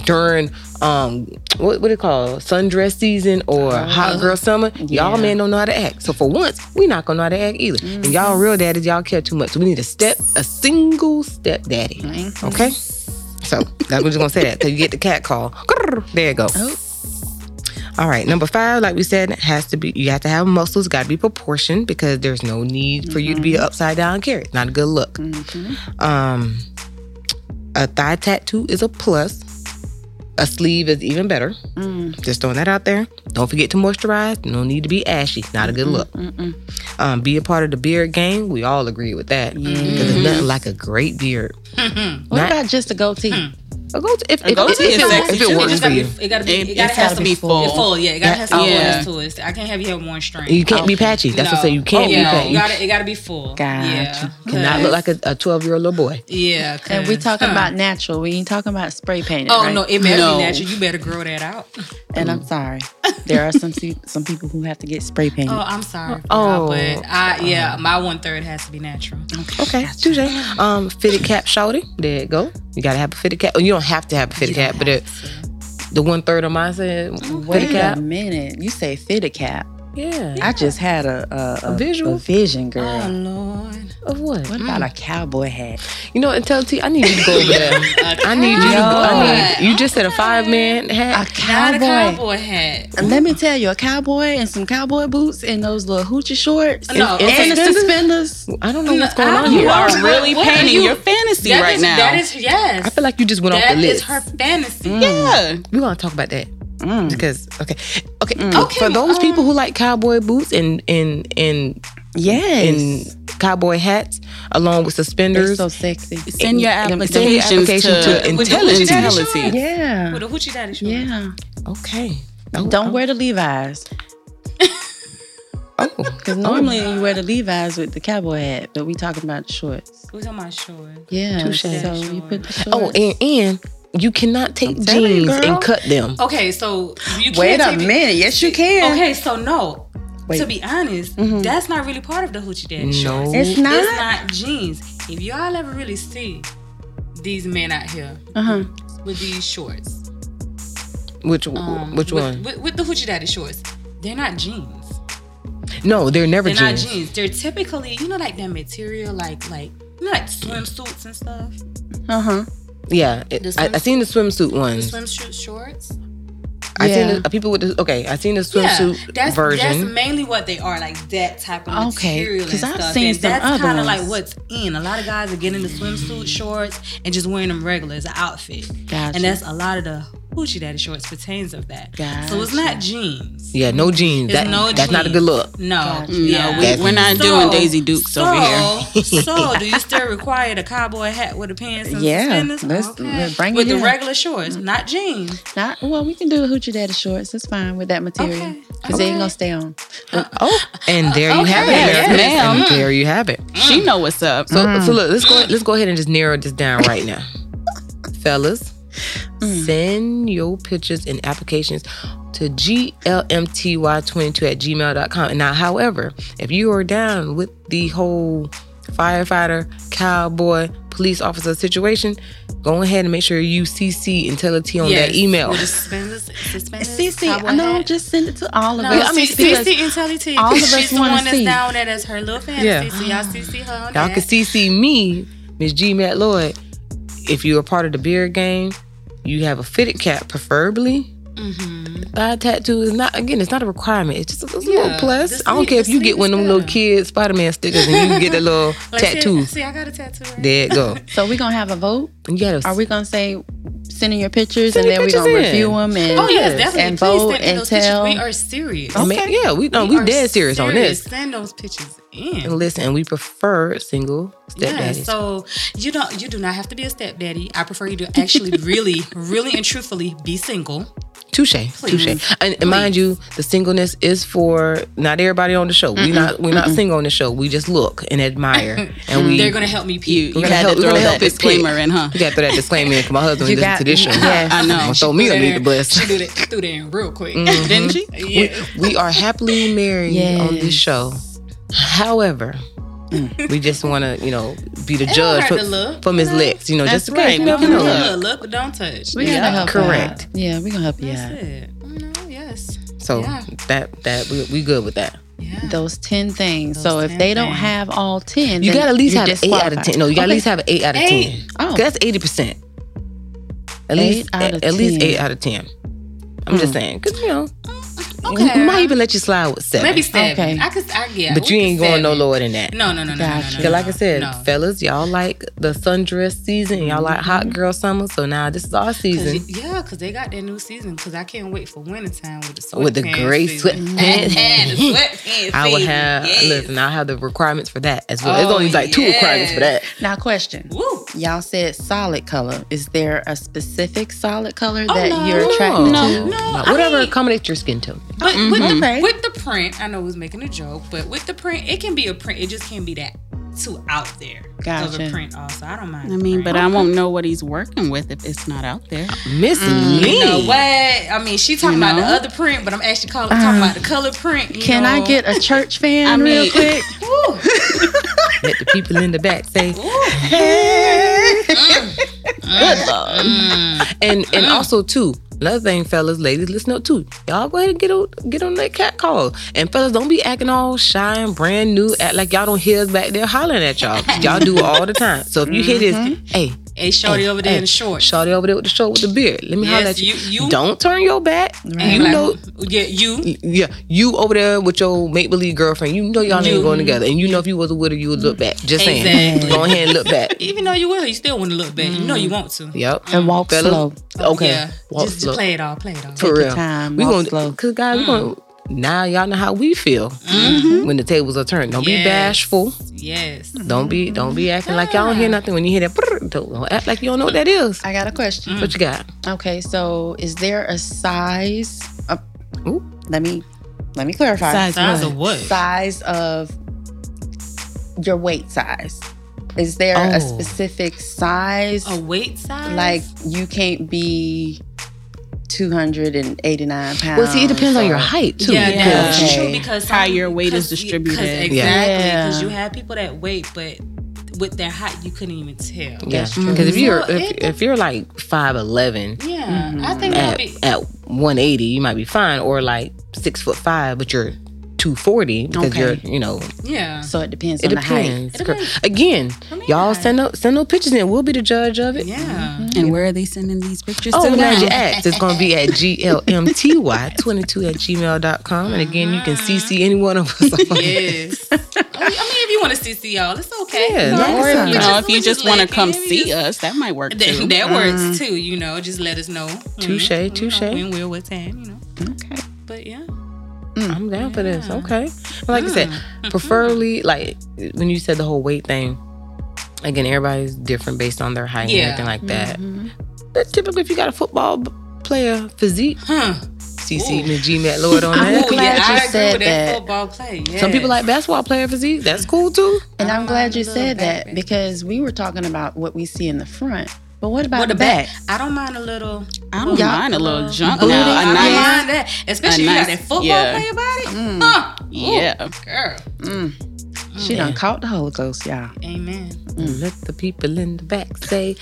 during um what what it called sundress season or hot girl summer Uh-huh. yeah. Mm-hmm. y'all men don't know how to act so for once we not gonna know how to act either and y'all real daddies y'all care too much so we need a step a single step daddy okay so that, we're just gonna say that till you get the cat call Grrr, there you go Oh. all right number five like we said has to be you have to have muscles gotta be proportioned because there's no need for you to Mm-hmm. be an upside down carrot not a good look Mhm. um, a thigh tattoo is a plus. A sleeve is even better. Mm, Just throwing that out there. Don't forget to moisturize. No need to be ashy. Not a good look. mm-mm. Um, be a part of the beard game. We all agree with that. Because there's nothing like a great beard. What Not- about just a goatee? A goatee. If, A if- goatee if is it- sexy, if too. it It works just for gotta you, Be, it gotta be. It- It, gotta it has have to some be full. It's full. Yeah, it gotta have some Yeah. fullness to it. I can't have your hair one string. you can't be patchy. That's what I say. You can't Oh, yeah, be You patchy. gotta, it gotta be full. Gotcha. Yeah, Cannot look like a twelve year old little boy. Yeah, And we 'cause- talking huh. about natural. We ain't talking about spray painted. Oh right? no, it better No. be natural. You better grow that out. And I'm sorry. There are some se- some people who have to get spray painted. Oh, I'm sorry. for Oh. that, but I yeah, my one third has to be natural. Okay, touche. Um, fitted cap, shorty. There it go. You gotta have a fitted cap. Oh, you don't have to have Oh, a fitted cap, but it, the one third of mine said Wait fitted a cap. minute. You say fitted cap. Yeah. I just had a a, A visual? a vision, girl. Oh Lord. Of what? what about a cowboy hat? You know, and tell T, I need you to go over there. I need you. To go, I need you. Just said a five man A hat. Not a cowboy. cowboy hat. And Let me tell you, a cowboy and some cowboy boots and those little hoochie shorts No, and, and the suspenders? suspenders. I don't know what's going I on don't here. You know. are really What are painting you- your fantasy That right is- now. That is yes. I feel like you just went off that the is list. her fantasy. Mm. yeah. We're gonna talk about that Mm. because okay, okay. Okay, For those um, people who like cowboy boots and and and and Yes. cowboy hats along with They're suspenders, so sexy. Send your And- and applications send your application to, to intelligence. intelligence. Yeah. With a hoochie daddy short. Yeah. okay. Don't wear the Levi's. Oh, Because normally you wear the Levi's with the cowboy hat, but we talking about shorts. Who's on my short? Yeah. Touche. So you put the shorts. oh, and and you cannot take telling you, jeans girl. and cut them. Okay, so you can't Wait a take it- minute. Yes, you can. Okay, so no. Wait. To be honest, that's not really part of the hoochie daddy shorts. No, It's not. It's not jeans. If y'all ever really see these men out here uh-huh. with these shorts, which um, which with, one? With, with the hoochie daddy shorts, they're not jeans. No, they're never They're jeans. not jeans. They're typically, you know, like that material, like like you know, like swimsuits and stuff. Uh-huh. Yeah, it- The I, I swimsuit- seen the swimsuit The ones. swimsuit shorts. I seen Yeah. the, uh, people with the okay. I seen the swimsuit that's that's version. mainly what they are, like that type of Okay, material. 'cause Because I've seen and some That's other kinda ones. like what's in. A lot of guys are getting the swimsuit shorts and just wearing them regular as an outfit. Gotcha. And that's a lot of the hoochie daddy shorts pertains of that. So it's not jeans. yeah, no jeans. It's That, no that's not a jeans. good look. No, Gotcha. yeah. No, we, we're not So- doing Daisy Dukes so, over here. so, do you still require the cowboy hat with the pants and Yeah, suspenders? let's- let's bring with it the in. regular shorts, not jeans. Not well, we can do a hoochie daddy shorts. That's fine with that material. Okay, Because they ain't gonna stay on. Oh, and there you have it, okay, Americans, yes, ma'am. and there you have it. She know what's up. So, Mm. so look, let's go. Let's go ahead and just narrow this down right now, fellas. Mm. Send your pictures and applications to glmty22 at gmail.com. And now, however, if you are down with the whole firefighter, cowboy, police officer situation, go ahead and make sure you CC and tell a T on that email. With the suspenders, suspenders CC, cowboy I know, hat. just send it to all of No, us. I mean, because- CC and Telly T. all of us She's the wanna one that's see. down there that's her little Yeah. fantasy. Yeah. So y'all CC her on Y'all that. can CC me, Miss G Matt Lloyd. If you're a part of the beard game, you have a fitted cap, preferably. Mhm. Thigh tattoo is not again. It's not a requirement. It's just a, it's a little Yeah, plus. the I don't sleeve- care if the you sleeve get one of is them little better. kids Spider Man stickers and you get a little Like, see- tattoo. See, I got a tattoo. Right? There it go. So we're gonna have a vote. You gotta. Are we gonna say sending your pictures Send and your then we're pictures gonna in. review them and Oh yes, definitely. and Please vote send me and those pictures. tell? We are serious. I mean, yeah, we no, we, are dead serious, on this. Send those pictures in. And listen, and we prefer single Yeah, stepdaddies. so you don't you do not have to be a stepdaddy. I prefer you to actually really, really and truthfully be single. Touche, touche. And, and mind you, the singleness is for not everybody on the show. We not we not single on the show. We just look and admire, and we They're gonna help me You, pee. you gonna had help- to we're throw gonna that help it pick. disclaimer in, huh? You gotta throw that disclaimer in 'cause my husband You listen got- to this show. Yes. I know. Throw me underneath the bus. She threw that threw that in real quick. Mm-hmm. Didn't she? Yeah. We are happily married on this Yes. show. However, we just want to, you know, be the don't judge hurt for, to look, from his you know? lips. You know, That's just in case right. you never Don't know. Look, look, but don't touch. We're gonna Yeah, help correct. You out. Yeah, we're gonna help you out. That's it. Oh, No, yes. So Yeah. that that we, we good with that. Yeah. Those ten things. so Those if 10 they don't things. have all ten, You then got to at least you're have an eight out of disqualified. ten. No, you got to Okay. at least have an eight out of Eight. ten. Oh. 'Cause That's eighty percent. At Eight least out at, of at least 10. Hmm. eight out of ten. I'm just saying, because you know, We might even let you slide with seven. Maybe seven. Okay. I could, I, yeah, but we you could ain't going no seven. lower than that. No, no, no, no, no, no, Gotcha. no. Cause like I said, no. fellas, y'all like the sundress season. Y'all like hot girl summer. So now this is our Mm-hmm. 'Cause season. y- yeah, because they got their new season. Because I can't wait for wintertime with the sweatpants. With the gray season. sweatpants. the sweatpants. I will season, have yes. listen. I'll have the requirements for that as well. There's Oh, only like two requirements for that. yes. Now, question. Woo. Y'all said solid color. Is there a specific solid color that no. you're attracted No. to? No, Like, I whatever Mm-hmm. mean- accommodates your skin tone. But with, the, Okay. with the print, I know it was making a joke, but with the print, it can be a print. It just can't be that too out there. Of Gotcha. a print also. I don't mind. I the mean, print. but I won't know what he's working with if it's not out there. Miss Lee. mm, You know what? I mean, she talking You about the know? other print, but I'm actually calling, talking about the Um, color print. you Can know? I get a church fan I real mean- quick? Woo. Let the people in the back say. Woo. Uh, Good Lord. And and also too, another thing, fellas, ladies, listen up too. Y'all go ahead and get on get on that cat call. And fellas, don't be acting all shy and brand new, act like y'all don't hear us back there hollering at y'all. Y'all do it all the time. So if you hear this, hey, Hey, Mm-hmm. shorty over there hey, in the shorts. Shorty over there with the short with the beard. Let me holler Yes, at you. you- you- don't turn your back. Right. You Like, know yeah, Mm-hmm. you. yeah, you over there with your make believe girlfriend, you know y'all ain't going together. And you know if you was a widow, you would look back. Just Exactly. saying. Go ahead and look back. Even though you will, you still want to look back. You know you want to. Yep. And walk Fellas, slow. Okay. Yeah. Walk just, slow. just play it all. Play it all. Take For your real. time, we walk gonna slow. cause guys, we gonna Mm. now y'all know how we feel when the tables are turned. Don't be Mm-hmm. Yes. Mm-hmm. bashful. Hmm. Yes. Don't be don't be acting like y'all don't hear nothing when you hear that. brrr, Don't, don't act like you don't know what that is. I got a Mm. question. What you got? Okay, so is there a size? Of, Ooh. let me let me clarify. Size Size of what? Size of your weight size. Is there Oh. a specific size? A weight size? Like you can't be two hundred and eighty nine pounds. Well, see, it depends on your or- height too. Yeah, Yeah. because- that's Okay. true because How some- your weight is 'cause- 'cause distributed. Exactly. Yeah. Because Yeah. you have people that weight, but with their height, you couldn't even tell. Yeah, That's true. because if you're So if, it- if you're like five eleven Yeah, I think that'd at be. at one eighty, you might be fine, or like six foot five, but you're two forty because Okay. you're you know Yeah. So it depends it on the height. depends. It depends. Again, mean, y'all I- send no send no pictures in. We'll be the judge of it. Yeah. And where are they sending these pictures Oh, to I'm now? glad you asked. It's going to be at glmty22 at gmail.com. And again, you can CC any one of us. on it. Yes. I mean, I mean, if you want to see y'all, it's okay. Yeah, You know, or if You Yeah. know, if you we just want to like, come hey, we see just- us, that might work too. That, that works too, you know. Just let us know. Touche, when, you know, touche. When, will, what time, you know. Okay. But yeah. I'm down for this. Okay. Like I Hmm. said, preferably, like when you said the whole weight thing, again, everybody's different based on their height Yeah. Mm-hmm. and everything like that. But typically, if you got a football b- player physique, Huh. CC Ooh. me G-Mat Lord on I'm that. Ooh, glad yeah, you I agree said with that. that football play. Yes. Some people like basketball player physique. That's cool too. And I I'm don't glad mind you the little said back that bend. because we were talking about what we see in the front. But what about What the the back? back? I don't mind a little. uh, I don't Y'all- mind a little junk Booty. now. I A don't nice, mind that, especially a you got that nice- football yeah. player body. Huh. Ooh, yeah. girl. She done caught the Holy Ghost, y'all. Amen. Let the people in the back say,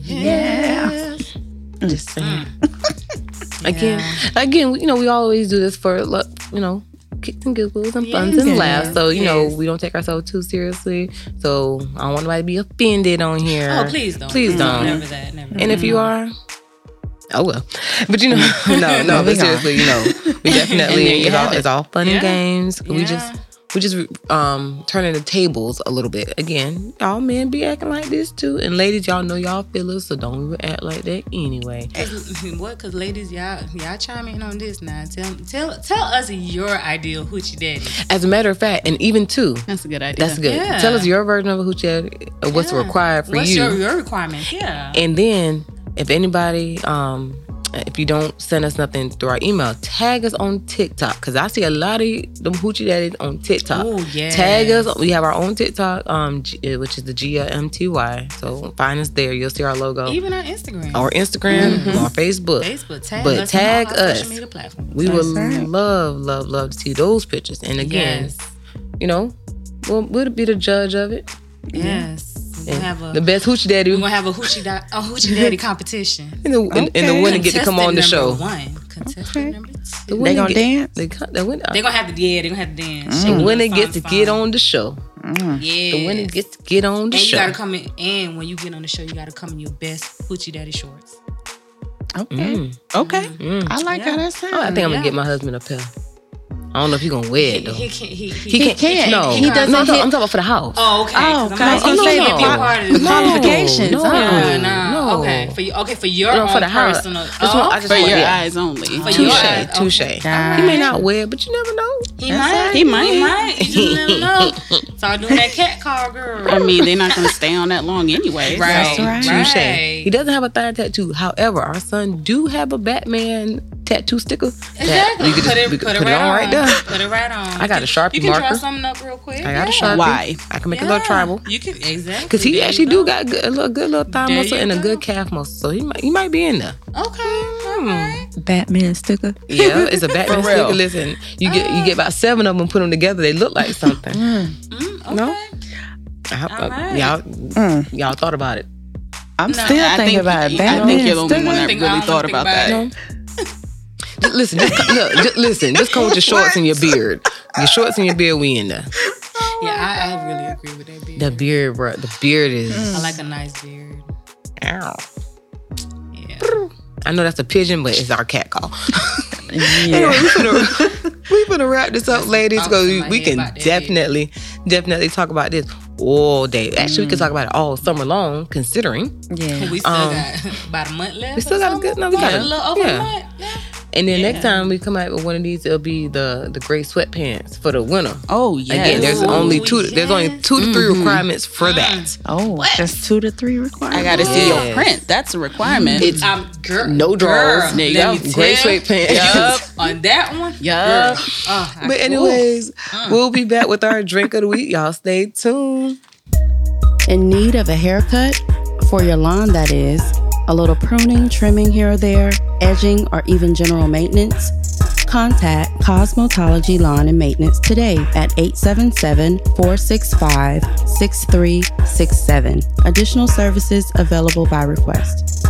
Yeah. Mm. Just saying. again, again, you know, we always do this for lo- you know kicks and giggles and funs and Yes. laughs. So you Yes. know, we don't take ourselves too seriously. So I don't want nobody to be offended on here. Oh, please don't. Please don't. Never that. Never. And if you are. Oh well, but you know, no, no. But Moving on. seriously, you know, we definitely there you it's all, have it. it's all fun and Yeah. games. We Yeah. just we just um turning the tables a little bit. Again, y'all men be acting like this too, and ladies, y'all know y'all feel us, so don't even act like that anyway. that. What? Cause ladies, y'all, y'all chime in on this now. Tell, tell, tell us your ideal hoochie daddy. As a matter of fact, and even too, That's a good idea. That's good. Yeah. Tell us your version of a hoochie, daddy, uh, what's Yeah. required for What's you. your your requirements? Yeah. and then, if anybody, um, if you don't send us nothing through our email, tag us on TikTok because I see a lot of them hoochie daddies on TikTok. Oh yeah. Uh, Tag us. We have our own TikTok, um, G- uh, which is the GMTY. So find us there. You'll see our logo. Even Mm-hmm. on Instagram, our Instagram, our Facebook. Facebook. Tag But us. on tag all our us. Social media platforms. we would That's right. love, love, love to see those pictures. And again, Yes. you know, we'll, we'll be the judge of it. Yes. We Mm-hmm. And have a. the best hoochie daddy. we're gonna have a hoochie, da- a hoochie daddy competition. And the, and, and the Okay. women get to come Contestant on the number show. One. Contestant Okay. number The two. women They gonna get- dance? They, co- the winner, They're gonna have to. Yeah, they're gonna have to dance. the Shake winner it, gets to fun, get fun. on the show. Yeah. The winner gets to get on the And you show. gotta come in, and when you get on the show, you gotta come in your best hoochie daddy shorts. Okay. Mm, Okay. mm. I like Yeah. how that sounds. Oh, I think I'm Yeah. gonna get my husband a pair. I don't know if you're gonna wear it though. He can't. He, he, He can't. can't. No, He doesn't No, I'm talking, hit- I'm talking about for the house. Oh, okay. Oh, 'cause okay. I was gonna you say can't the- be a part of the this. qualifications. No, Oh, Yeah, no, nah. no. Okay, for you. Okay, for your No, own for the house. personal. Oh, That's what I just For want. your yeah. eyes only. For your eyes. Touche, touche. Okay. He may not wear, it, but you never know. he That's might. it. He might. He might. You just never know. So I'm doing that cat call, girl. I mean, they're not going to stay on that long anyway. so- Right. right. Touche. Right. He doesn't have a thigh tattoo. However, our son do have a Batman tattoo sticker. that Exactly. You could put just it, we put could it put it right on right there. Put it right on. I got a Sharpie You can draw marker. something up real quick. I got a yeah. Sharpie. Why? I can make a Yeah. little tribal. You can exactly. Cause he There you actually go. do got good, a little good little thigh There muscle you and a go. good calf muscle, so he might he might be in there. Okay. Hmm. All right. Batman sticker. Yeah, it's a Batman For real. sticker. Listen, you get you get about seven of them, put them together, they look like something. Uh. Mm, okay. No. I- uh, All right. Y'all y'all thought about it. I'm No, still I thinking think- about I Batman think you're the only sticker. one that Think- I really don't thought think about about that. it. Just listen, just come, look, just listen, just come with your shorts and your beard. Your shorts and your beard, we in there. Yeah, I, I really agree with that beard. The beard, bro. The beard is. I like a nice beard. Ow. Yeah. I know that's a pigeon, but it's our cat call. Yeah. we finna, we finna wrap this up, ladies, thoughts because in we, my we head can about that, definitely, definitely talk about this all day. Actually, we can talk about it all summer long, considering. yeah. We still Um, got about a month left. we still or got a something? good- no, we got yeah, a- a little over yeah. a month. Yeah. And then Yeah. next time we come out with one of these, it'll be the the gray sweatpants for the winter. Oh, yeah. Again, there's only Ooh, two. There's only yes. Mm-hmm. Mm. two to 3 requirements for that. Oh, just two to three required. I got to see Yes. your print. That's a requirement. It's Um, girl, no draws. Girl, There you let go. me Gray tell you, sweatpants. on that one. Yup. girl, oh, I- But anyways, Mm. we'll be back with our drink of the week. Y'all stay tuned. In need of a haircut? For your lawn, that is. A little pruning, trimming here or there, edging, or even general maintenance? Contact Cosmetology Lawn and Maintenance today at 877 465 6367. Additional services available by request.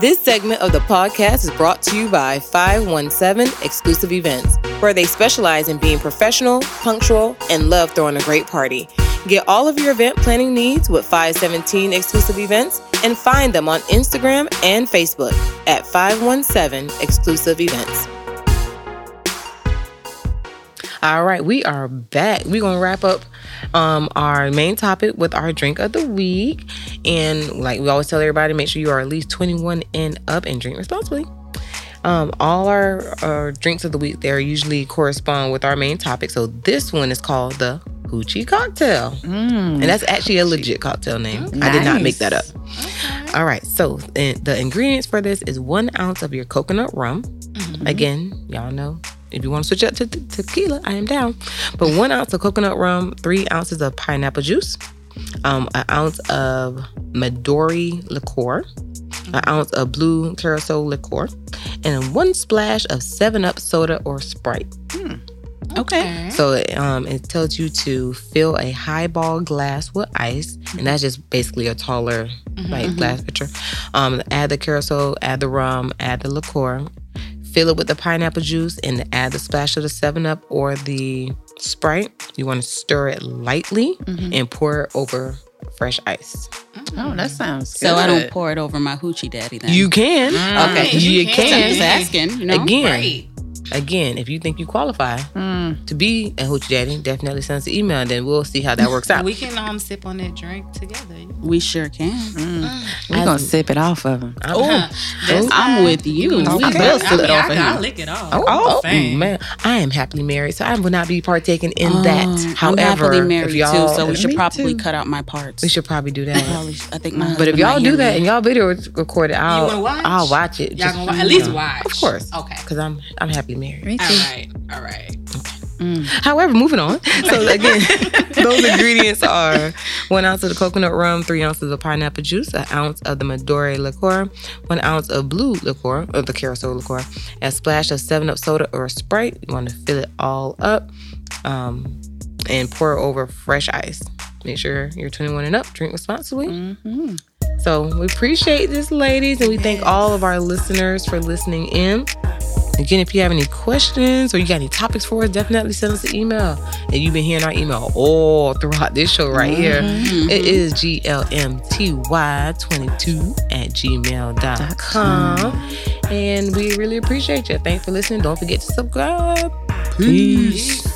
This segment of the podcast is brought to you by 517 Exclusive Events, where they specialize in being professional, punctual, and love throwing a great party. Get all of your event planning needs with 517 Exclusive Events and find them on Instagram and Facebook at 517 Exclusive Events. All right, we are back. We're gonna wrap up um, our main topic with our drink of the week. And like we always tell everybody, make sure you are at least 21 and up and drink responsibly. Um, all our, our drinks of the week there usually correspond with our main topic. So this one is called the Hoochie Cocktail. And that's actually a legit cocktail name. I did not make that up. All right, so uh, the ingredients for this is one ounce of your coconut rum. Again, y'all know if you want to switch up to, to tequila, I am down. But one ounce of coconut rum, three ounces of pineapple juice, um, an ounce of Midori liqueur, an ounce of blue curacao liqueur, and one splash of 7 Up soda or Sprite. okay. So um, it tells you to fill a highball glass with ice, and that's just basically a taller like glass pitcher. Um, add the carousel, add the rum, add the liqueur, fill it with the pineapple juice, and add the splash of the Seven Up or the Sprite. You want to stir it lightly and pour it over fresh ice. Oh, that sounds good. So I don't pour it over my hoochie daddy then. You can, Okay. you, You So I'm can. just asking, you know? Again, Right. again, if you think you qualify to be a hoochie daddy, definitely send us an email, and then we'll see how that works out. We can um sip on that drink together. We sure can. We're going to sip it off of him. Oh, That's I'm fine. with you. Okay. We Okay. both Sip I, it mean, off I of got him. lick it off. Oh, I'm oh, saying. man, I am happily married, so I will not be partaking in Oh, that. I'm However, happily if married y'all, too, so we if- should Me probably too. cut out my parts. we should probably do that. Probably sh- I think my But if husband y'all might do hear that me. and y'all video is recorded, I'll wanna watch? I'll watch it. Y'all Just- gonna wa- at least Yeah. watch. of course, Okay. because I'm I'm happily married. Me All right. All right. However, moving on. So again, those ingredients are one ounce of the coconut rum, three ounces of pineapple juice, an ounce of the Midori liqueur, one ounce of blue liqueur, or the carousel liqueur, a splash of Seven Up soda or Sprite. You want to fill it all up, um, and pour over fresh ice. Make sure you're 21 and up. Drink responsibly. Mm-hmm. So we appreciate this, ladies, and we thank all of our listeners for listening in. Again, if you have any questions or you got any topics for us, definitely send us an email. And you've been hearing our email all throughout this show right here. It is glmty22 at gmail.com. And we really appreciate you. Thanks for listening. Don't forget to subscribe. Peace.